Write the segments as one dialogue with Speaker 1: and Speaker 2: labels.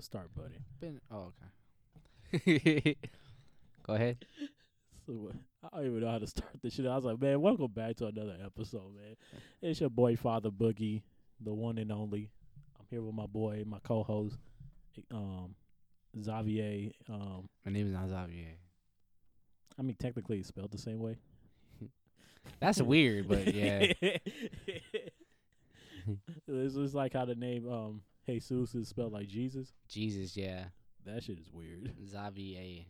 Speaker 1: start, buddy.
Speaker 2: Been oh okay. Go ahead.
Speaker 1: So, uh, I don't even know how to start this shit. I was like, man, welcome back to another episode, man. It's your boy Father Boogie, the one and only. I'm here with my boy, my co-host, um, Xavier. Um,
Speaker 2: My name is not Xavier.
Speaker 1: I mean, technically, it's spelled the same way.
Speaker 2: That's weird, but yeah.
Speaker 1: this is like how the name um Jesus is spelled like Jesus.
Speaker 2: Jesus, yeah.
Speaker 1: That shit is weird.
Speaker 2: Xavier.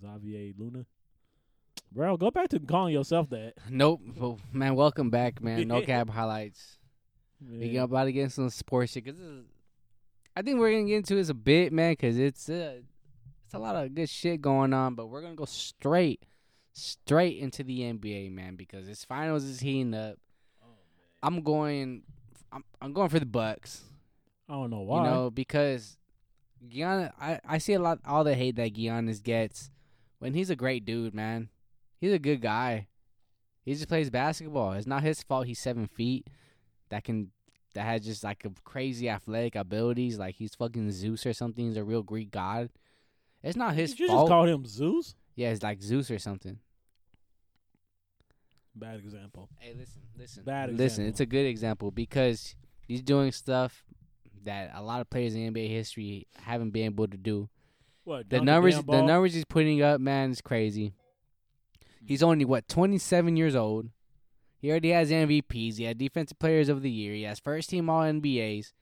Speaker 1: Xavier Luna. Bro, go back to calling yourself that.
Speaker 2: Nope. Well, man, welcome back, man. No cab highlights. We
Speaker 1: Yeah.
Speaker 2: got about to get into some sports shit. Cause this is- I think we're gonna get into this a bit, man, cause it's uh, it's a lot of good shit going on. But we're gonna go straight, straight into the NBA, man, because this finals is heating up. I'm going, I'm, I'm going for the Bucks.
Speaker 1: I don't know why.
Speaker 2: You know, because Giannis, I, I see a lot all the hate that Giannis gets when he's a great dude, man. He's a good guy. He just plays basketball. It's not his fault he's seven feet. That can that has just like a crazy athletic abilities. Like he's fucking Zeus or something. He's a real Greek god. It's not his
Speaker 1: Did you
Speaker 2: fault.
Speaker 1: just call him Zeus?
Speaker 2: yeah, it's like Zeus or something.
Speaker 1: Bad example.
Speaker 2: Hey, listen, listen,
Speaker 1: Bad
Speaker 2: listen.
Speaker 1: example.
Speaker 2: It's a good example because he's doing stuff that a lot of players in NBA history haven't been able to do.
Speaker 1: What
Speaker 2: The
Speaker 1: dunk
Speaker 2: numbers,
Speaker 1: damn
Speaker 2: the
Speaker 1: ball?
Speaker 2: numbers he's putting up, man, is crazy. He's only what 27 years old. He already has MVPs. He had Defensive Players of the Year. He has First Team All NBAs.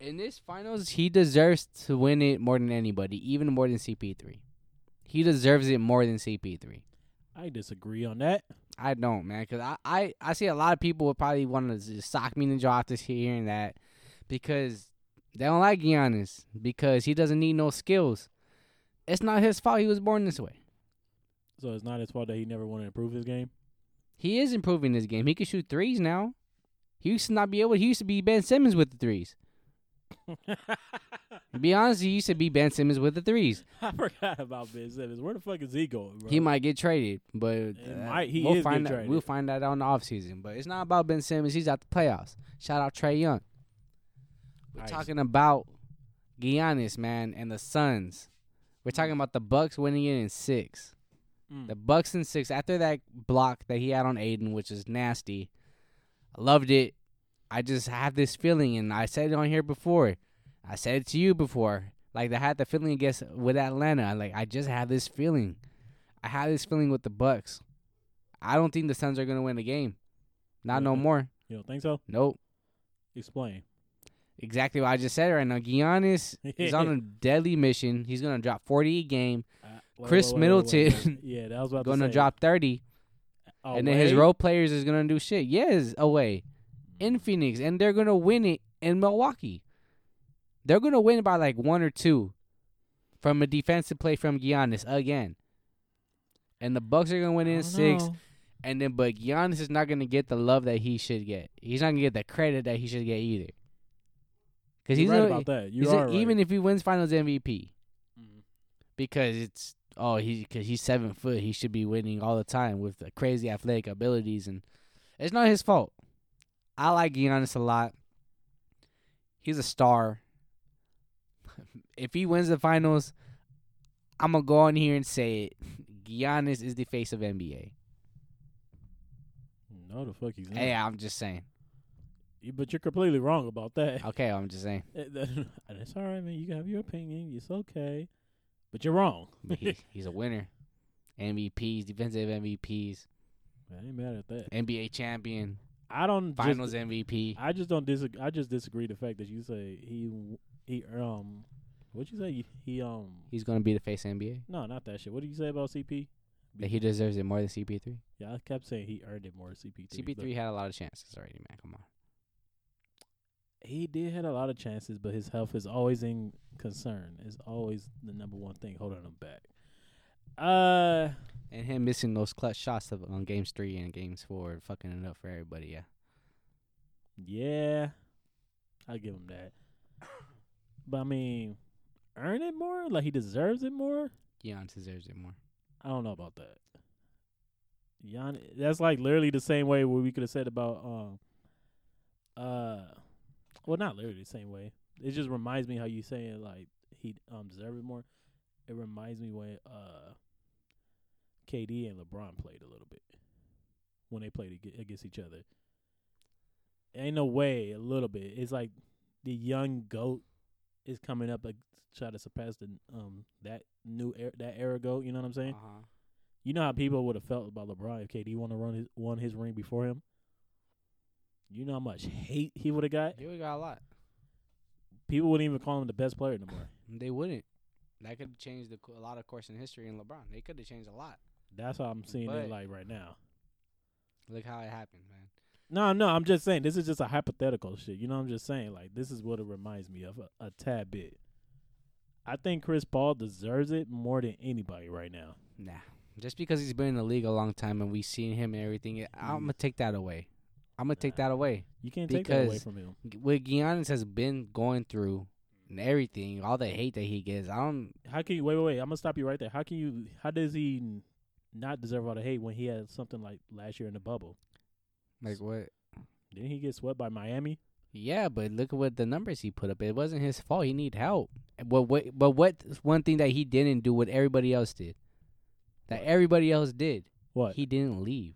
Speaker 2: In this finals, he deserves to win it more than anybody, even more than CP3. He deserves it more than CP3.
Speaker 1: I disagree on that.
Speaker 2: I don't, man, because I, I, I see a lot of people would probably want to just sock me in the jaw after hearing that because they don't like Giannis because he doesn't need no skills. It's not his fault he was born this way.
Speaker 1: So it's not his fault that he never wanted to improve his game.
Speaker 2: He is improving his game. He can shoot threes now. He used to not be able. He used to be Ben Simmons with the threes. To be honest, he used to be Ben Simmons with the threes.
Speaker 1: I forgot about Ben Simmons. Where the fuck is he going, bro?
Speaker 2: He might get traded, but uh,
Speaker 1: might- he
Speaker 2: we'll
Speaker 1: is
Speaker 2: find
Speaker 1: getting
Speaker 2: that,
Speaker 1: traded.
Speaker 2: we'll find that out in the offseason. But it's not about Ben Simmons. He's out the playoffs. Shout out Trey Young. We're
Speaker 1: Nice.
Speaker 2: talking about Giannis, man, and the Suns. We're talking about the Bucks winning it in six.
Speaker 1: Mm.
Speaker 2: The Bucks in six after that block that he had on Aiden, which is nasty. I loved it. I just have this feeling, and I said it on here before. I said it to you before. Like I had the feeling against with Atlanta. I, Like I just have this feeling. I have this feeling with the Bucks. I don't think the Suns are gonna win the game. Not no
Speaker 1: Mhm.
Speaker 2: more.
Speaker 1: You don't think so?
Speaker 2: Nope.
Speaker 1: Explain.
Speaker 2: Exactly what I just said right now. Giannis is on a deadly mission. He's gonna drop forty a game,
Speaker 1: Uh, wait,
Speaker 2: Chris
Speaker 1: wait, wait, wait, wait,
Speaker 2: Middleton
Speaker 1: wait. Yeah, that was about
Speaker 2: gonna
Speaker 1: to say.
Speaker 2: drop thirty,
Speaker 1: Oh,
Speaker 2: and then his
Speaker 1: wait.
Speaker 2: role players is gonna do shit. Yes, away in
Speaker 1: Mm.
Speaker 2: Phoenix, and they're gonna win it in Milwaukee. They're gonna win by like one or two from a defensive play from Giannis again. And the Bucks are gonna win
Speaker 1: I
Speaker 2: in
Speaker 1: don't
Speaker 2: six,
Speaker 1: know.
Speaker 2: and then but Giannis is not gonna get the love that he should get. He's not gonna get the credit that he should get either. Because he's
Speaker 1: You're right
Speaker 2: gonna-
Speaker 1: about that. You
Speaker 2: He's a-
Speaker 1: are right.
Speaker 2: even if he wins Finals MVP
Speaker 1: Mhm.
Speaker 2: because it's oh he because he's seven foot he should be winning all the time with the crazy athletic abilities and it's not his fault. I like Giannis a lot. He's a star. if he wins the finals, I'm gonna go on here and say it. Giannis is the face of NBA.
Speaker 1: no, the fuck he's not.
Speaker 2: Hey, I'm just saying.
Speaker 1: You- But you're completely wrong about that.
Speaker 2: Okay, I'm just saying.
Speaker 1: Eh, And it's all right, man. You can have your opinion. It's okay, but you're wrong.
Speaker 2: But he, he's a winner. MVPs, defensive MVPs,
Speaker 1: I ain't mad at that.
Speaker 2: NBA champion,
Speaker 1: I don't just-
Speaker 2: Finals MVP.
Speaker 1: I just don't disagree. I just disagree the fact that you say he w- he um what you say he um
Speaker 2: He's gonna be the face of NBA.
Speaker 1: no not that shit. What did you say about CP?
Speaker 2: That he deserves it more than CP3.
Speaker 1: Yeah, I kept saying he earned it more. CP three.
Speaker 2: CP3 had a lot of chances already, man. Come on.
Speaker 1: He did had a lot of chances, but his health is always in concern. It's always the number one thing holding him back. Uh,
Speaker 2: And him missing those clutch shots of, on games three and games four, fucking it up for everybody. Yeah.
Speaker 1: yeah, I give him that. But I mean, earn it more. Like he deserves it more.
Speaker 2: Giannis deserves it more.
Speaker 1: I don't know about that. Gian, that's like literally the same way where we could have said about um uh well not literally the same way. it just reminds me how you saying like he um deserved it more. It reminds me when uh KD and LeBron played a little bit when they played ag- against each other. Ain't no way a little bit. It's like the young goat is coming up to try to surpass the um that new era, that era goat. You know what I'm saying?
Speaker 2: Uh-huh.
Speaker 1: You know how people would have felt about LeBron if KD want to run his won his ring before him. You know how much hate he would have got.
Speaker 2: Here we got a lot.
Speaker 1: People wouldn't even call him the best player no more.
Speaker 2: They wouldn't. That could have changed the, co- a lot of course in history in LeBron. They could have changed a lot.
Speaker 1: That's how I'm seeing
Speaker 2: But-
Speaker 1: it like right now.
Speaker 2: Look how it happened, man.
Speaker 1: No, no, I'm just saying this is just a hypothetical shit. You know, I'm just saying like this is what it reminds me of a, a tad bit. I think Chris Paul deserves it more than anybody right now.
Speaker 2: Nah. Just because he's been in the league a long time and we've seen him and everything, I'm going to take that away. I'm going to take
Speaker 1: Nah.
Speaker 2: that away.
Speaker 1: You can't take that away
Speaker 2: Because-
Speaker 1: from him.
Speaker 2: G- What Giannis has been going through and everything, all the hate that he gets, I don't.
Speaker 1: How can you wait, wait, wait? I'm gonna stop you right there. How can you? How does he n- not deserve all the hate when he had something like last year in the bubble?
Speaker 2: Like, what?
Speaker 1: Didn't he get swept by Miami?
Speaker 2: Yeah, but look at what the numbers he put up. It wasn't his fault. He need help. But what? But what? One thing that he didn't do, what everybody else did, that
Speaker 1: What?
Speaker 2: everybody else did,
Speaker 1: What?
Speaker 2: he didn't leave.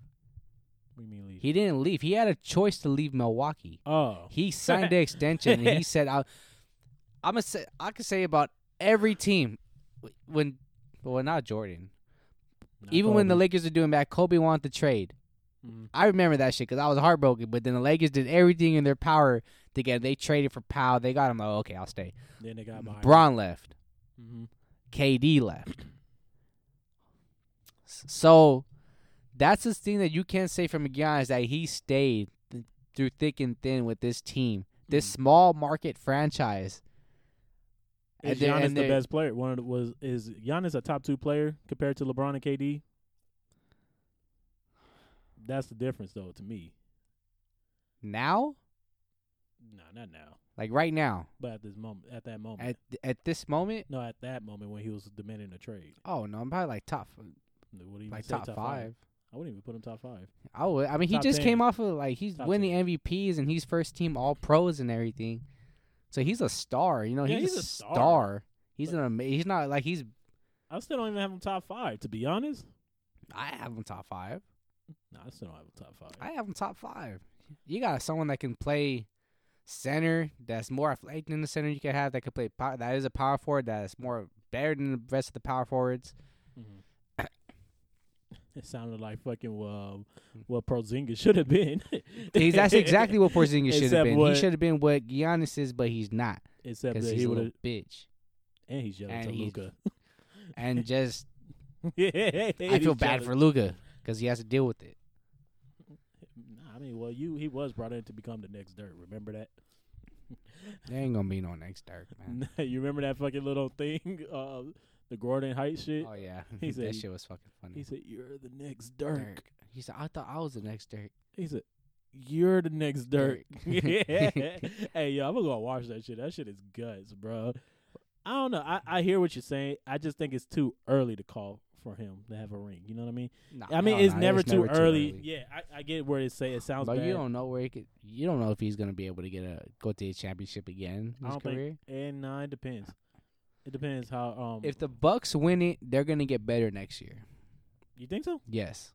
Speaker 1: what do you mean leave?
Speaker 2: He didn't leave. He had a choice to leave Milwaukee.
Speaker 1: oh,
Speaker 2: He signed the extension, and he said, "I, I'm gonna say I could say about every team when, well, not Jordan.
Speaker 1: not
Speaker 2: Even when the
Speaker 1: Kobe.
Speaker 2: Lakers are doing bad, Kobe wanted to trade.
Speaker 1: Mhm.
Speaker 2: I remember that shit because I was heartbroken. But then the Lakers did everything in their power to get. They traded for Powell. They got him. Oh, okay, I'll stay.
Speaker 1: then they got Miami.
Speaker 2: Braun left.
Speaker 1: hmm
Speaker 2: KD left. S- So that's the thing that you can't say from Giannis is that he stayed th- through thick and thin with this team, this
Speaker 1: Mhm.
Speaker 2: small market franchise. And
Speaker 1: Is
Speaker 2: they-
Speaker 1: Giannis
Speaker 2: and
Speaker 1: the
Speaker 2: they-
Speaker 1: best player? One of the, was is Giannis a top two player compared to LeBron and KD? That's the difference, though, to me.
Speaker 2: now,
Speaker 1: No, not now,
Speaker 2: like right now,
Speaker 1: but at this moment, at that moment,
Speaker 2: at th- at this moment.
Speaker 1: no, at that moment when he was demanding a trade.
Speaker 2: Oh no, I'm probably like top, f-
Speaker 1: What do you
Speaker 2: like
Speaker 1: say,
Speaker 2: top, five.
Speaker 1: I wouldn't even put him top five.
Speaker 2: I would. I mean, he
Speaker 1: Top
Speaker 2: just
Speaker 1: 10.
Speaker 2: came off of like he's
Speaker 1: Top
Speaker 2: winning
Speaker 1: 10.
Speaker 2: MVPs and he's first team All Pros and everything. So he's a star. You know,
Speaker 1: Yeah,
Speaker 2: he's, a star. He's
Speaker 1: But-
Speaker 2: an ama- He's not like he's.
Speaker 1: I still don't even have him top five, to be honest.
Speaker 2: I have him top five.
Speaker 1: No, I still don't have him top five.
Speaker 2: I have him top five. You got someone that can play center that's more athletic than the center you can have that can play power, that is a power forward that is more better than the rest of the power forwards.
Speaker 1: Mhm. it sounded like fucking uh, what Porzingis should have been.
Speaker 2: He's, that's exactly what Porzingis should have
Speaker 1: Except
Speaker 2: been.
Speaker 1: what-
Speaker 2: he should have been what Giannis is, but he's not
Speaker 1: Except
Speaker 2: because
Speaker 1: that
Speaker 2: he's
Speaker 1: he
Speaker 2: a
Speaker 1: would
Speaker 2: little
Speaker 1: have,
Speaker 2: bitch.
Speaker 1: and he's yelling
Speaker 2: and
Speaker 1: to
Speaker 2: he's-
Speaker 1: Luca.
Speaker 2: And just
Speaker 1: I
Speaker 2: I feel bad for Luca because he has to deal with it.
Speaker 1: Nah, I mean, well, you he was brought in to become the next Dirk. Remember that?
Speaker 2: There ain't gonna be no next Dirk, man.
Speaker 1: you remember that fucking little thing, uh, the Gordon Height shit?
Speaker 2: Oh yeah,
Speaker 1: He
Speaker 2: that
Speaker 1: said-
Speaker 2: shit was fucking funny.
Speaker 1: He said, "You're the next Dirk."
Speaker 2: Dirk. He said, "I thought I was the next Dirk."
Speaker 1: He said, "You're the next Dirk."
Speaker 2: Dirk.
Speaker 1: hey, yo, I'm gonna go watch that shit. That shit is guts, bro. I don't know. I, I hear what you're saying. I just think it's too early to call for him to have a ring. You know what I mean?
Speaker 2: Nah,
Speaker 1: I mean,
Speaker 2: hell
Speaker 1: it's
Speaker 2: nah,
Speaker 1: never, too, early. Yeah, I, I get where it say it sounds
Speaker 2: But
Speaker 1: bad.
Speaker 2: you don't know where he could. You don't know if he's gonna be able to get a go to a championship again in
Speaker 1: I
Speaker 2: his
Speaker 1: don't think-
Speaker 2: career.
Speaker 1: And nah, it depends. It depends how um
Speaker 2: If the Bucks win it, they're gonna get better next year.
Speaker 1: you think so?
Speaker 2: Yes,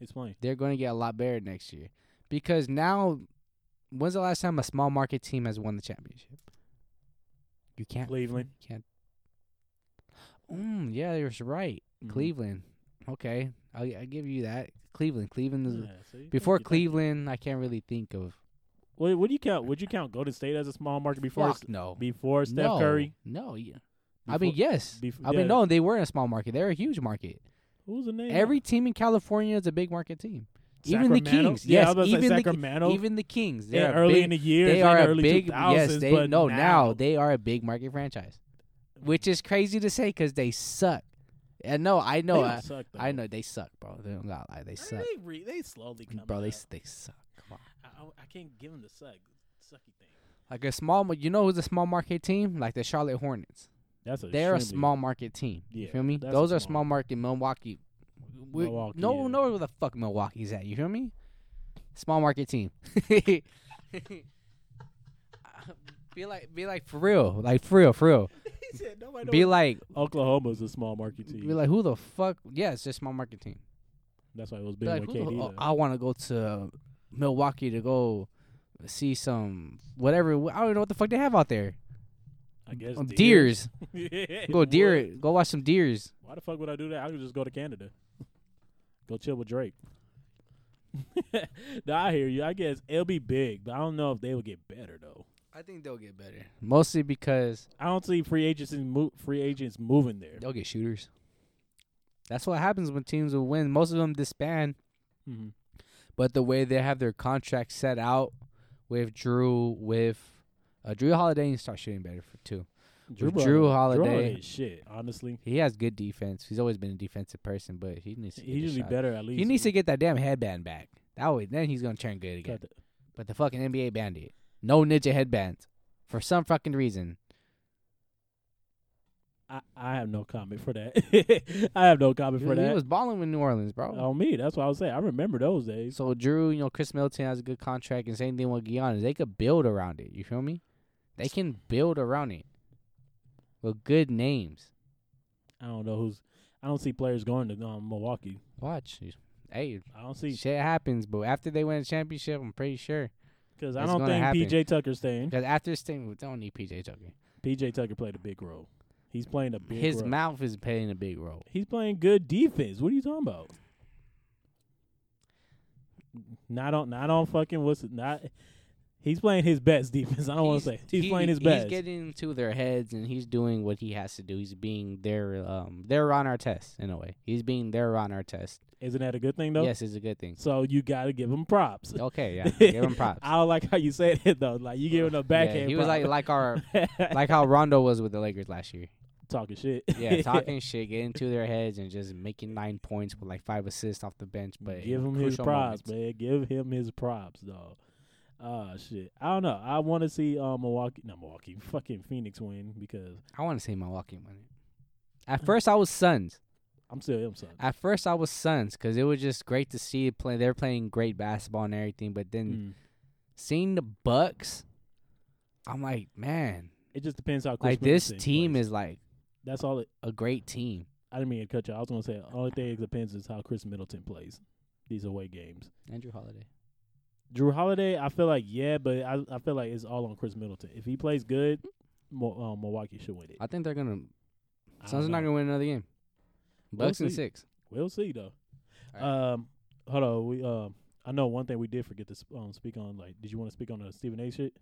Speaker 1: Explain.
Speaker 2: they're gonna get a lot better next year because now, when's the last time a small market team has won the championship? You can't.
Speaker 1: Cleveland.
Speaker 2: You can't. Mm, yeah, you're right.
Speaker 1: Mhm.
Speaker 2: Cleveland. Okay, I'll, I'll give you that. Cleveland. Cleveland is
Speaker 1: Yeah, see?
Speaker 2: before
Speaker 1: Thank you, thank you.
Speaker 2: Cleveland. I can't really think of.
Speaker 1: Would, would you count? Would you count Golden State as a small market before
Speaker 2: Fuck no.
Speaker 1: before Steph
Speaker 2: no,
Speaker 1: Curry?
Speaker 2: No. Yeah.
Speaker 1: Before,
Speaker 2: I mean, yes.
Speaker 1: bef-
Speaker 2: I
Speaker 1: yeah.
Speaker 2: mean, no, they weren't a small market. They're a huge market.
Speaker 1: Who's the name?
Speaker 2: Every team in California is a big market team. Even the
Speaker 1: Sacramento?
Speaker 2: Kings.
Speaker 1: Yeah, I
Speaker 2: Yes,
Speaker 1: was about to say
Speaker 2: even, the,
Speaker 1: Sacramento.
Speaker 2: even the Kings.
Speaker 1: Yeah,
Speaker 2: They're a
Speaker 1: early
Speaker 2: big,
Speaker 1: in the year,
Speaker 2: They are
Speaker 1: in
Speaker 2: a
Speaker 1: early
Speaker 2: big.
Speaker 1: 2000s,
Speaker 2: Yes, they
Speaker 1: but
Speaker 2: no.
Speaker 1: now,
Speaker 2: Now they are a big market franchise, which is crazy to say because they suck. And no, I
Speaker 1: They
Speaker 2: know.
Speaker 1: don't
Speaker 2: I,
Speaker 1: suck, though.
Speaker 2: I know they suck, bro. They don't got lie. They
Speaker 1: I mean,
Speaker 2: suck,
Speaker 1: They, re- they slowly come.
Speaker 2: bro. They
Speaker 1: up.
Speaker 2: s- they suck. Come on.
Speaker 1: I, I- I can't give them the suck, sucky thing.
Speaker 2: Like a small, mar- you know, who's a small market team? Like the Charlotte Hornets.
Speaker 1: That's a.
Speaker 2: They're a small market team. you
Speaker 1: Yeah,
Speaker 2: feel me?
Speaker 1: that's a
Speaker 2: Those are
Speaker 1: small-
Speaker 2: small market Milwaukee. We,
Speaker 1: Milwaukee,
Speaker 2: no,
Speaker 1: yeah.
Speaker 2: one knows where the fuck Milwaukee's at. You feel me? Small market team. Be like, be like for real, like for real, for real.
Speaker 1: he said nobody.
Speaker 2: Be like,
Speaker 1: Oklahoma's a small market team.
Speaker 2: be like, who the fuck? Yeah, it's just my market team.
Speaker 1: That's why it was
Speaker 2: Be
Speaker 1: big
Speaker 2: like,
Speaker 1: with
Speaker 2: who the-
Speaker 1: KD.
Speaker 2: oh,
Speaker 1: though.
Speaker 2: I want to go to Milwaukee to go see some whatever. I don't know what the fuck they have out there.
Speaker 1: I guess
Speaker 2: Um, deers.
Speaker 1: Yeah,
Speaker 2: Go
Speaker 1: it
Speaker 2: deer.
Speaker 1: would.
Speaker 2: Go watch some deers.
Speaker 1: Why the fuck would I do that? I could just go to Canada. Go chill with Drake. nah, I hear you. I guess it'll be big, but I don't know if they will get better though.
Speaker 2: I think they'll get better, mostly because
Speaker 1: I don't see free agents in mo- free agents moving there.
Speaker 2: They'll get shooters. That's what happens when teams will win. Most of them disband,
Speaker 1: Mhm.
Speaker 2: but the way they have their contracts set out with Drew, with uh, Drew Holiday, needs to start shooting better for two. Drew Holiday.
Speaker 1: is shit. Honestly,
Speaker 2: He has good defense. He's always been a defensive person, but he needs to. Get
Speaker 1: he usually
Speaker 2: shot.
Speaker 1: better at least.
Speaker 2: He needs to get that damn headband back. That way, then he's gonna turn good again.
Speaker 1: Cut the-
Speaker 2: But the fucking NBA banned it. No ninja headbands for some fucking reason.
Speaker 1: I, I have no comment for that. I have no comment for
Speaker 2: he,
Speaker 1: that.
Speaker 2: was balling with New Orleans, bro.
Speaker 1: on me, that's what I was saying. I remember those days.
Speaker 2: So Drew, you know, Chris Milton has a good contract, and same thing with Giannis. They could build around it. You feel me? They can build around it with good names.
Speaker 1: I don't know who's. I don't see players going to um, Milwaukee.
Speaker 2: Watch, hey,
Speaker 1: I don't see
Speaker 2: shit happens. But after they win a championship, I'm pretty sure
Speaker 1: because I
Speaker 2: It's
Speaker 1: don't
Speaker 2: gonna
Speaker 1: think
Speaker 2: happen.
Speaker 1: PJ Tucker's staying.
Speaker 2: because after this thing, we don't need PJ Tucker.
Speaker 1: PJ Tucker played a big role. He's playing a big
Speaker 2: His
Speaker 1: role.
Speaker 2: mouth is playing a big role.
Speaker 1: He's playing good defense. What are you talking about? Not on, not on fucking what's it- not. He's playing his best defense. I don't want
Speaker 2: He's-
Speaker 1: to say he's
Speaker 2: he-
Speaker 1: playing his best.
Speaker 2: He's getting into their heads, and he's doing what he has to do. He's being their um, their Ron Artest in a way. He's being their Ron Artest.
Speaker 1: Isn't that a good thing though?
Speaker 2: Yes, it's a good thing.
Speaker 1: So you got to give him props.
Speaker 2: Okay, yeah, give him props.
Speaker 1: I don't like how you said it though. Like you giving a backhand.
Speaker 2: Yeah, he was like
Speaker 1: prop.
Speaker 2: like our like how Rondo was with the Lakers last year.
Speaker 1: talking shit.
Speaker 2: Yeah, talking shit, getting to their heads, and just making nine points with like five assists off the bench. But
Speaker 1: give
Speaker 2: in
Speaker 1: him his
Speaker 2: crucial
Speaker 1: props,
Speaker 2: moments.
Speaker 1: man. Give him his props, dog. Ah, shit. I don't know. I want to see uh, Milwaukee, not Milwaukee, fucking Phoenix win because
Speaker 2: I want to see Milwaukee win it.
Speaker 1: Mm.
Speaker 2: At first, I was Suns.
Speaker 1: I'm still him, son.
Speaker 2: At first, I was Suns because it was just great to see play. They're playing great basketball and everything. But then
Speaker 1: Mm.
Speaker 2: seeing the Bucks, I'm like, man,
Speaker 1: It just depends how. Chris
Speaker 2: like this
Speaker 1: Middleton
Speaker 2: team
Speaker 1: plays.
Speaker 2: is like
Speaker 1: That's all. It,
Speaker 2: a great team.
Speaker 1: I didn't mean to cut you. I was gonna say only thing it depends is how Chris Middleton plays these away games.
Speaker 2: Andrew Holiday.
Speaker 1: Drew Holiday, I feel like yeah, but I I feel like it's all on Chris Middleton. If he plays good, Mo, um, Milwaukee should win it.
Speaker 2: I think they're gonna.
Speaker 1: I
Speaker 2: Suns are
Speaker 1: don't
Speaker 2: not
Speaker 1: know.
Speaker 2: gonna win another game.
Speaker 1: We'll
Speaker 2: Bucks in
Speaker 1: see.
Speaker 2: six.
Speaker 1: We'll see though.
Speaker 2: All right.
Speaker 1: Um, hold on. We um, I know one thing we did forget to s- um speak on. Like, did you want to speak on the Stephen A. shit?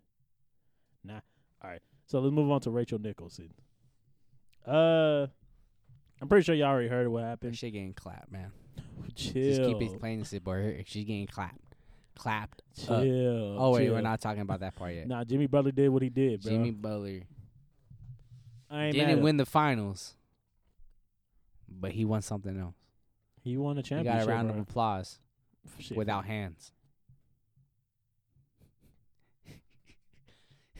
Speaker 1: Nah. All right. So let's move on to Rachel Nicholson. Uh, I'm pretty sure y'all already heard what
Speaker 2: That
Speaker 1: happened.
Speaker 2: shit getting clapped, man.
Speaker 1: Chill.
Speaker 2: Just keep explaining this, boy. Her- She's getting clapped, clapped.
Speaker 1: Chill.
Speaker 2: up. Oh wait, we're
Speaker 1: chill.
Speaker 2: not talking about that part yet.
Speaker 1: Nah, Jimmy Butler did what he did, bro.
Speaker 2: Jimmy Butler
Speaker 1: I ain't mad at
Speaker 2: didn't
Speaker 1: him.
Speaker 2: win the finals, but he won something else.
Speaker 1: He won a
Speaker 2: He
Speaker 1: championship.
Speaker 2: got a round of
Speaker 1: bro.
Speaker 2: applause
Speaker 1: Shit.
Speaker 2: without hands.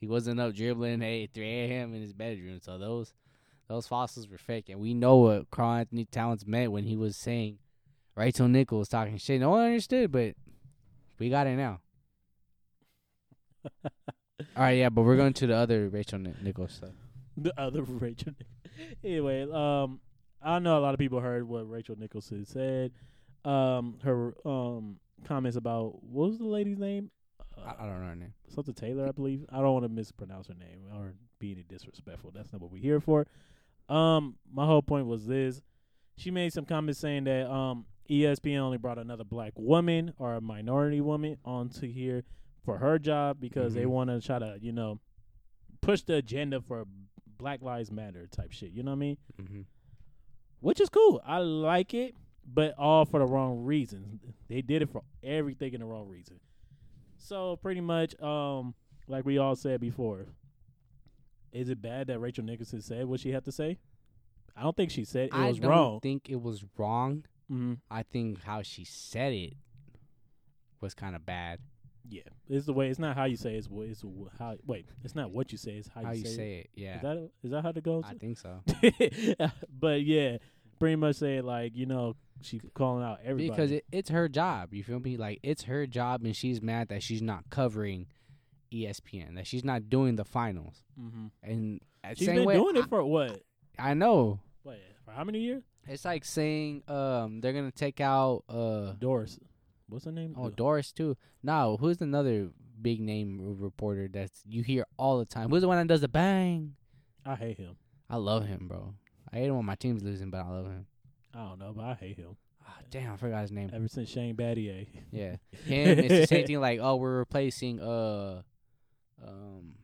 Speaker 2: he wasn't up dribbling at 3 a.m. in his bedroom, so those those fossils were fake, and we know what Carl Anthony Towns meant when he was saying Rachel Nichols talking shit. No one understood, but we got it now. All right, yeah, but we're going to the other Rachel Ni- Nichols stuff.
Speaker 1: the other Rachel. Nich- anyway, um, I know a lot of people heard what Rachel Nicholson said. Um, her um comments about what was the lady's name?
Speaker 2: I, I don't know her name.
Speaker 1: something Taylor, I believe. I don't want to mispronounce her name or be any disrespectful. That's not what we're here for. Um, my whole point was this: she made some comments saying that um ESPN only brought another black woman or a minority woman onto here for her job because they
Speaker 2: Mhm.
Speaker 1: want to try to you know push the agenda for Black Lives Matter type shit. You know what I mean?
Speaker 2: Mm-hmm.
Speaker 1: which is cool. I like it, but all for the wrong reasons. They did it for everything in the wrong reason. So pretty much, um, like we all said before, is it bad that Rachel Nicholson said what she had to say? I don't think she said it
Speaker 2: I
Speaker 1: was
Speaker 2: don't
Speaker 1: wrong.
Speaker 2: think it was wrong.
Speaker 1: Mhm.
Speaker 2: I think how she said it was kind of bad.
Speaker 1: Yeah, it's the way. It's not how you say it, it's wh- it's wh- how. Wait, it's not what you say. It's how,
Speaker 2: How you
Speaker 1: it.
Speaker 2: say it, yeah.
Speaker 1: Is that is that how it goes?
Speaker 2: I think so.
Speaker 1: but yeah, pretty much saying like you know she calling out everybody
Speaker 2: Because it, it's her job. You feel me? Like it's her job, and she's mad that she's not covering E ESPN that she's not doing the finals.
Speaker 1: Mm-hmm.
Speaker 2: And at
Speaker 1: She's
Speaker 2: same
Speaker 1: been
Speaker 2: way,
Speaker 1: doing
Speaker 2: I,
Speaker 1: it for what?
Speaker 2: I know
Speaker 1: Wait, for how many years?
Speaker 2: it's like saying um they're gonna take out uh
Speaker 1: Doris. What's her name?
Speaker 2: oh
Speaker 1: The-
Speaker 2: Doris too. No, who's another big name r- reporter that's you hear all the time? Who's the one that does the bang?
Speaker 1: I hate him.
Speaker 2: I love him, bro. I hate him when my team's losing, but I love him.
Speaker 1: I don't know, but I hate him.
Speaker 2: Ah, damn, I forgot his name.
Speaker 1: Ever since Shane Battier.
Speaker 2: Yeah, him. it's the same thing. Like, oh, we're replacing uh, um,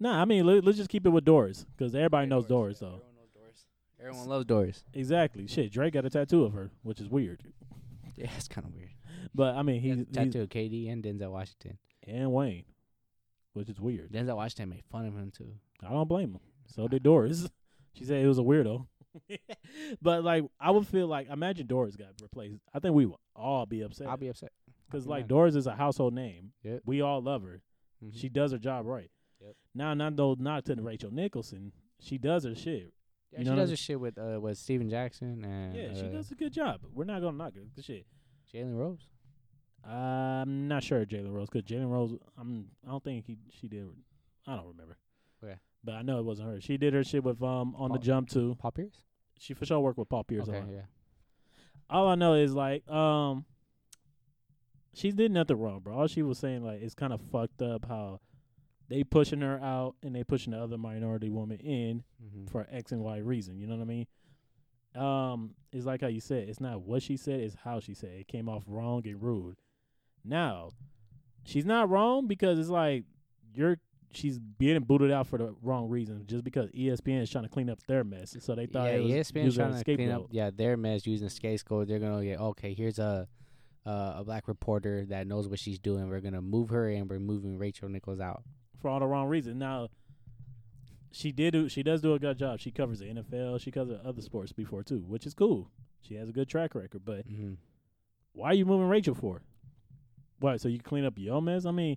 Speaker 1: Nah, I mean, let, us just keep it with Doris because everybody knows Doris, though.
Speaker 2: Everyone knows Doris. Everyone loves Doris.
Speaker 1: Exactly. Shit, Drake got a tattoo of her, which is weird.
Speaker 2: Yeah, it's kind of weird.
Speaker 1: But I mean,
Speaker 2: He
Speaker 1: he's,
Speaker 2: has a tattoo of KD and Denzel Washington.
Speaker 1: he's and Wayne, which is weird.
Speaker 2: Denzel Washington made fun of him too.
Speaker 1: I don't blame him. So did Doris. She said it was a weirdo. but like, I would feel like imagine Doris got replaced. I think we would all be upset
Speaker 2: I'll be upset.
Speaker 1: because
Speaker 2: I'll be
Speaker 1: like
Speaker 2: mad.
Speaker 1: Doris is a household name.
Speaker 2: Yep.
Speaker 1: We all love her.
Speaker 2: Mhm.
Speaker 1: She does her job right.
Speaker 2: Yep.
Speaker 1: Now, not though, not to Rachel Nicholson. She does her shit.
Speaker 2: yeah,
Speaker 1: you
Speaker 2: she
Speaker 1: know what
Speaker 2: does
Speaker 1: I'm-
Speaker 2: her shit with uh with Steven Jackson and
Speaker 1: Yeah, she
Speaker 2: uh,
Speaker 1: does a good job. We're not gonna knock her. Good shit.
Speaker 2: Jalen Rose.
Speaker 1: I'm not sure Jalen Rose because Jalen Rose. I'm. I don't think he. She did. I don't remember.
Speaker 2: Okay.
Speaker 1: But I know it wasn't her. She did her shit with um on
Speaker 2: Paul-
Speaker 1: the jump too.
Speaker 2: Paul Pierce.
Speaker 1: She for sure worked with Paul Pierce.
Speaker 2: Okay,
Speaker 1: a lot.
Speaker 2: yeah.
Speaker 1: All I know is like um. She did nothing wrong, bro. All she was saying like it's kind of fucked up how they pushing her out and they pushing the other minority woman in
Speaker 2: Mm-hmm.
Speaker 1: for X and Y reason. You know what I mean? Um, it's like how you said. It's not what she said; it's how she said. It. It came off wrong and rude. Now, she's not wrong because it's like you're. She's being booted out for the wrong reason, just because E ESPN is trying to clean up their mess. So they thought
Speaker 2: yeah, E
Speaker 1: it was
Speaker 2: ESPN's
Speaker 1: using a
Speaker 2: trying to clean up.
Speaker 1: scapegoat.
Speaker 2: Yeah, their mess using skate score. They're gonna get okay. Here's a uh, a black reporter that knows what she's doing. We're gonna move her and we're moving Rachel Nichols out.
Speaker 1: for all the wrong reason. Now, she did. Do, she does do a good job. She covers the NFL. She covers other sports before too, which is cool. She has a good track record, but
Speaker 2: Mm-hmm.
Speaker 1: why are you moving Rachel for? What? So you clean up your mess? I mean,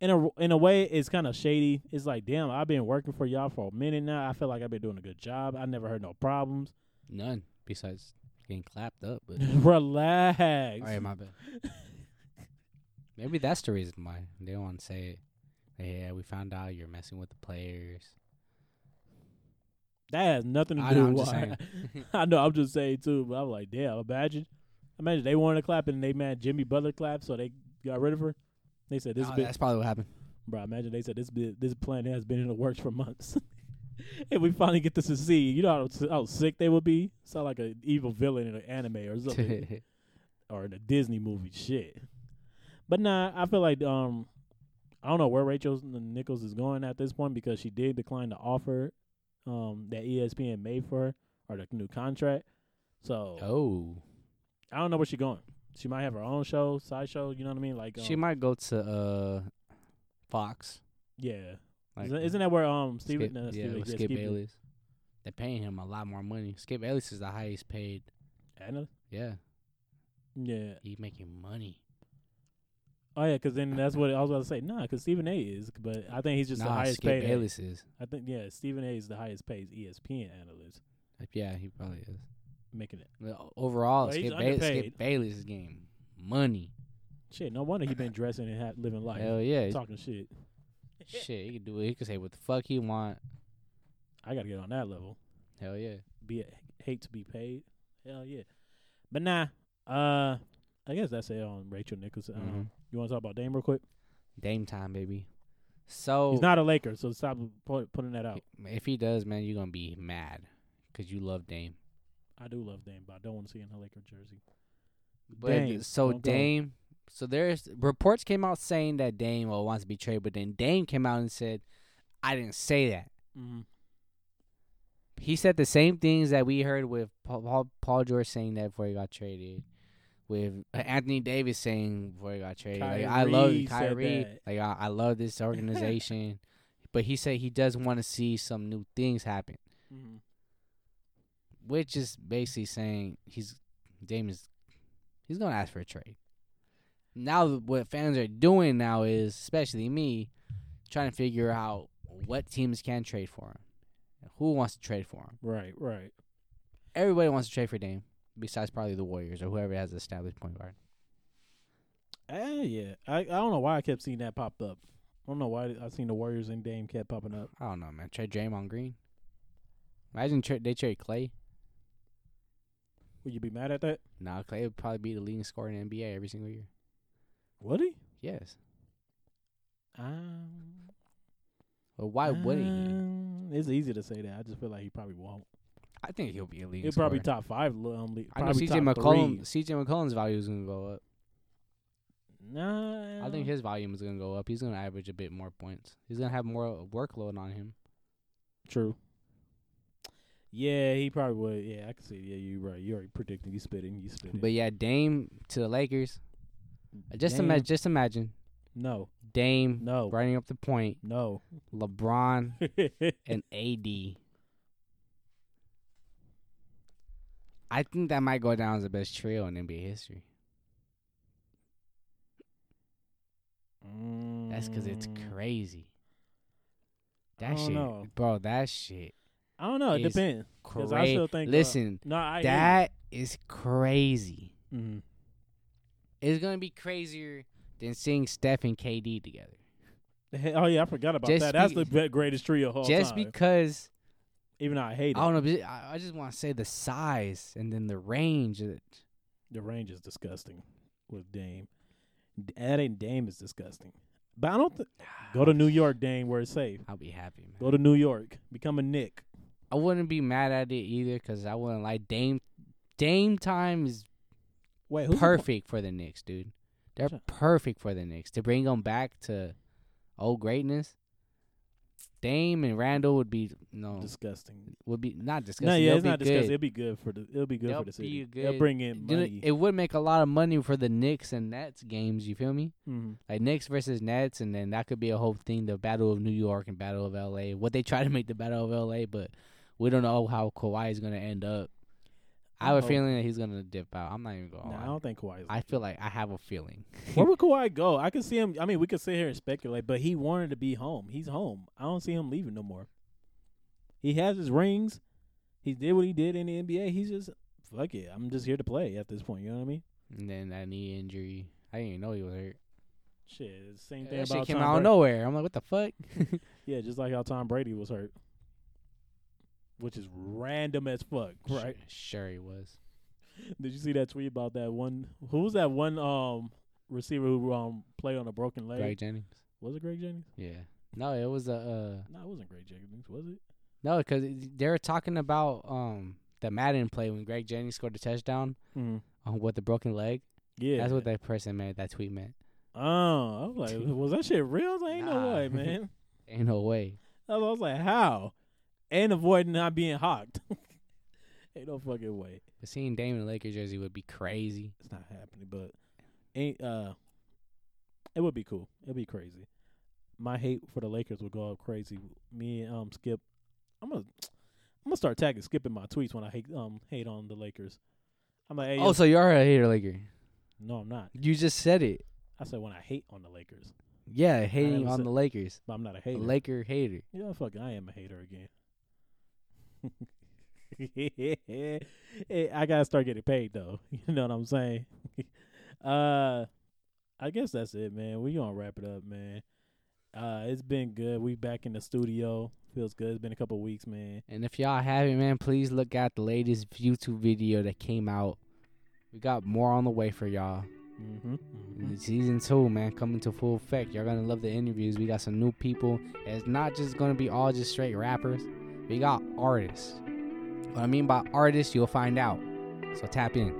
Speaker 1: in a in a way, it's kind of shady. It's like, damn, I've been working for y'all for a minute now. I feel like I've been doing a good job. I never heard no problems.
Speaker 2: None besides getting clapped up. But
Speaker 1: Relax.
Speaker 2: all right, my bad. Maybe that's the reason why they don't want to say it. Yeah, we found out you're messing with the players.
Speaker 1: that has nothing to
Speaker 2: I
Speaker 1: do.
Speaker 2: know, I'm
Speaker 1: with
Speaker 2: just
Speaker 1: why- I know. I'm just saying too. But I'm like, damn. Imagine, imagine they wanted to clap and they mad Jimmy Butler clapped, so they got rid of her. They said this
Speaker 2: Oh,
Speaker 1: bitch
Speaker 2: that's probably what happened.
Speaker 1: Bro, imagine they said this bi- this plan has been in the works for months, and we finally get to succeed. You know how, s- how sick they would be. Sound like an evil villain in an anime or something, or in a Disney movie. Shit. But nah, I feel like um, I don't know where Rachel Nichols is going at this point because she did decline the offer um that ESPN made for her or the new contract. So
Speaker 2: oh,
Speaker 1: I don't know where she's going. She might have her own show, side show. You know what I mean? Like um,
Speaker 2: she might go to uh Fox.
Speaker 1: Yeah.
Speaker 2: Like,
Speaker 1: isn't, isn't that where um Steven?
Speaker 2: Skip,
Speaker 1: no,
Speaker 2: yeah,
Speaker 1: Steven-
Speaker 2: with
Speaker 1: yeah,
Speaker 2: Skip
Speaker 1: Skip-
Speaker 2: Bayless. They're paying him a lot more money. Skip Bayless is the highest paid.
Speaker 1: Anna?
Speaker 2: Yeah,
Speaker 1: Yeah.
Speaker 2: he's making money.
Speaker 1: Oh yeah, because then that's what I was about to say. Nah, because Stephen A. is, but I think he's just the
Speaker 2: nah,
Speaker 1: highest
Speaker 2: Skip
Speaker 1: paid.
Speaker 2: Bayless is.
Speaker 1: I think yeah, Stephen A. is the highest paid E ESPN analyst,
Speaker 2: Like, Yeah, he probably is.
Speaker 1: making it.
Speaker 2: But o- Overall,
Speaker 1: Well, he's
Speaker 2: Skip, Bay-
Speaker 1: underpaid.
Speaker 2: Skip Bayless is getting money.
Speaker 1: Shit, no wonder he been dressing and ha- living life,
Speaker 2: Hell yeah, he's-
Speaker 1: talking shit.
Speaker 2: shit, he can do it. He can say what the fuck he want.
Speaker 1: I gotta get on that level.
Speaker 2: Hell yeah.
Speaker 1: Be hate to be paid. Hell yeah, but nah. Uh, I guess that's it on Rachel Nicholson.
Speaker 2: Mhm.
Speaker 1: Um, you want to talk about Dame real quick?
Speaker 2: Dame time, baby. So Oh.
Speaker 1: He's not a Laker, so stop pu- putting that out.
Speaker 2: if he does, man, you're gonna be mad because you love Dame.
Speaker 1: I do love Dame, but I don't want to see him in a Laker jersey.
Speaker 2: But
Speaker 1: Dame,
Speaker 2: so
Speaker 1: don't go.
Speaker 2: Dame, so there's reports came out saying that Dame well, wants to be traded, but then Dame came out and said, "I didn't say that."
Speaker 1: Mm-hmm.
Speaker 2: He said the same things that we heard with Paul, Paul, Paul George saying that before he got traded, with uh, Anthony Davis saying before he got traded, like, "I love
Speaker 1: Kyrie said
Speaker 2: Kyrie,
Speaker 1: that.
Speaker 2: like I, I love this organization," but he said he does want to see some new things happen.
Speaker 1: Mm-hmm.
Speaker 2: which is basically saying he's Dame is he's gonna ask for a trade. Now what fans are doing now is, especially me, trying to figure out what teams can trade for him, who wants to trade for him.
Speaker 1: Right, right.
Speaker 2: Everybody wants to trade for Dame, besides probably the Warriors or whoever has an established point guard.
Speaker 1: Eh, yeah. I, I don't know why I kept seeing that pop up. I don't know why I seen the Warriors and Dame kept popping up.
Speaker 2: I don't know, man. Trade Draymond Green. Imagine tra- they trade Clay.
Speaker 1: Would you be mad at that?
Speaker 2: Nah, Clay would probably be the leading scorer in the NBA every single year.
Speaker 1: Would he?
Speaker 2: Yes.
Speaker 1: Um,
Speaker 2: Well, why wouldn't he?
Speaker 1: um, It's easy to say that. I just feel like he probably won't.
Speaker 2: I think he'll be a leading
Speaker 1: He'll
Speaker 2: scorer.
Speaker 1: probably top five. li- Um, li-
Speaker 2: I know
Speaker 1: probably
Speaker 2: CJ
Speaker 1: top
Speaker 2: McCollum.
Speaker 1: three.
Speaker 2: CJ McCollum's value is gonna go up.
Speaker 1: Nah,
Speaker 2: I think his volume is gonna go up. He's gonna average a bit more points. He's gonna have more workload on him.
Speaker 1: true. Yeah, he probably would. Yeah, I can see. Yeah, you right. You already predicting. You spitting. You spitting.
Speaker 2: But yeah, Dame to the Lakers. Uh, Just
Speaker 1: Dame-
Speaker 2: imagine. Just imagine
Speaker 1: No,
Speaker 2: Dame
Speaker 1: no,
Speaker 2: running up the point.
Speaker 1: no.
Speaker 2: LeBron and AD. I think that might go down as the best trio in NBA history. That's because it's
Speaker 1: Mm,
Speaker 2: crazy.
Speaker 1: I
Speaker 2: That
Speaker 1: don't
Speaker 2: shit,
Speaker 1: know.
Speaker 2: bro. That shit.
Speaker 1: Mm, I don't know. It
Speaker 2: It's-
Speaker 1: depends. 'Cause I
Speaker 2: Crazy.
Speaker 1: still think, uh,
Speaker 2: Listen,
Speaker 1: No, I
Speaker 2: that is crazy.
Speaker 1: Mm.
Speaker 2: It's gonna be crazier than seeing Steph and KD together.
Speaker 1: Oh yeah, I forgot about
Speaker 2: Just
Speaker 1: that. That's
Speaker 2: be-
Speaker 1: the be- greatest trio of all
Speaker 2: just
Speaker 1: time.
Speaker 2: because
Speaker 1: Even though I hate it,
Speaker 2: I don't know, but I I just want to say the size and then the range. of it.
Speaker 1: the range is disgusting with Dame. D- Adding Dame is disgusting. But I don't th- go to New York, Dame, where it's safe.
Speaker 2: I'll be happy, man.
Speaker 1: Go to New York, become a Nick.
Speaker 2: I wouldn't be mad at it either because I wouldn't like Dame. Dame time is
Speaker 1: Wait, who's the point-
Speaker 2: perfect for the Knicks, dude. They're
Speaker 1: Shut-
Speaker 2: perfect for the Knicks to bring them back to old greatness. Dame and Randall would be no
Speaker 1: disgusting.
Speaker 2: would be not disgusting.
Speaker 1: No, yeah,
Speaker 2: They'll
Speaker 1: it's
Speaker 2: be
Speaker 1: not disgusting.
Speaker 2: good.
Speaker 1: It'll be good for the. It'll be good
Speaker 2: They'll
Speaker 1: for the
Speaker 2: be
Speaker 1: city.
Speaker 2: good.
Speaker 1: They'll bring in
Speaker 2: You know,
Speaker 1: money.
Speaker 2: It would make a lot of money for the Knicks and Nets games. You feel me?
Speaker 1: Mhm.
Speaker 2: Like Knicks versus Nets, and then that could be a whole thing. The Battle of New York and Battle of L.A. What they try to make the Battle of L.A., but we don't know how Kawhi is gonna end up. I have a
Speaker 1: Oh.
Speaker 2: feeling that he's gonna dip out. I'm not even going.
Speaker 1: Nah, I
Speaker 2: to
Speaker 1: don't think Kawhi's.
Speaker 2: I feel like I have a feeling.
Speaker 1: Where would Kawhi go? I can see him. I mean, we could sit here and speculate, but he wanted to be home. He's home. I don't see him leaving no more. He has his rings. He did what he did in the NBA. He's just fuck it. I'm just here to play at this point. You know what I mean?
Speaker 2: And then that knee injury. I didn't even know he was hurt.
Speaker 1: Shit, it's the same thing
Speaker 2: That shit
Speaker 1: about
Speaker 2: came
Speaker 1: Tom
Speaker 2: out of
Speaker 1: Brady.
Speaker 2: nowhere. I'm like, what the fuck?
Speaker 1: Yeah, just like how Tom Brady was hurt, which is random as fuck, right?
Speaker 2: Sure, sure he was.
Speaker 1: Did you see that tweet about that one? Who was that one um receiver who um played on a broken leg?
Speaker 2: Greg Jennings.
Speaker 1: Was it Greg Jennings?
Speaker 2: Yeah. No, it was a. Uh,
Speaker 1: No, it wasn't Greg Jennings, was it?
Speaker 2: No, because they were talking about um the Madden play when Greg Jennings scored the touchdown
Speaker 1: Mm-hmm.
Speaker 2: on what the broken leg.
Speaker 1: Yeah,
Speaker 2: That's what that person meant. That tweet meant.
Speaker 1: Oh, I was like, was that shit real? I was like, ain't no
Speaker 2: Nah.
Speaker 1: way, man.
Speaker 2: Ain't no way.
Speaker 1: I was, I was like, how? And avoiding not being hawked. ain't no fucking way.
Speaker 2: But seeing Dame in a Lakers jersey would be crazy.
Speaker 1: It's not happening, but ain't uh it would be cool. It'd be crazy. My hate for the Lakers would go up crazy. Me and um Skip I'm gonna I'm gonna start tagging Skip in my tweets when I hate um hate on the Lakers. I'm like, hey,
Speaker 2: Oh,
Speaker 1: yo-
Speaker 2: so you are a hater Laker.
Speaker 1: no, I'm not.
Speaker 2: You just said it.
Speaker 1: I said when I hate on the Lakers,
Speaker 2: Yeah, hating
Speaker 1: never
Speaker 2: on
Speaker 1: said-
Speaker 2: the Lakers.
Speaker 1: but I'm not a
Speaker 2: A
Speaker 1: hater.
Speaker 2: Laker hater.
Speaker 1: Yeah, fucking, I am a hater again. Eh, I gotta start getting paid though. You know what I'm saying? uh, I guess that's it, man. We gonna wrap it up, man. Uh, it's been good. We back in the studio. Feels good. It's been a couple weeks, man.
Speaker 2: And if y'all haven't, man, please look at the latest YouTube video that came out. We got more on the way for y'all.
Speaker 1: Mm-hmm.
Speaker 2: And Season two, man, coming to full effect. Y'all gonna love the interviews. We got some new people. And It's not just gonna be all just straight rappers. We got artists. What I mean by artists, you'll find out. So tap in.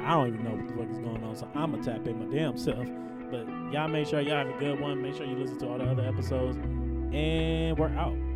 Speaker 1: I don't even know what the fuck is going on, so I'ma tap in my damn self. But y'all make sure y'all have a good one. Make sure you listen to all the other episodes, and we're out.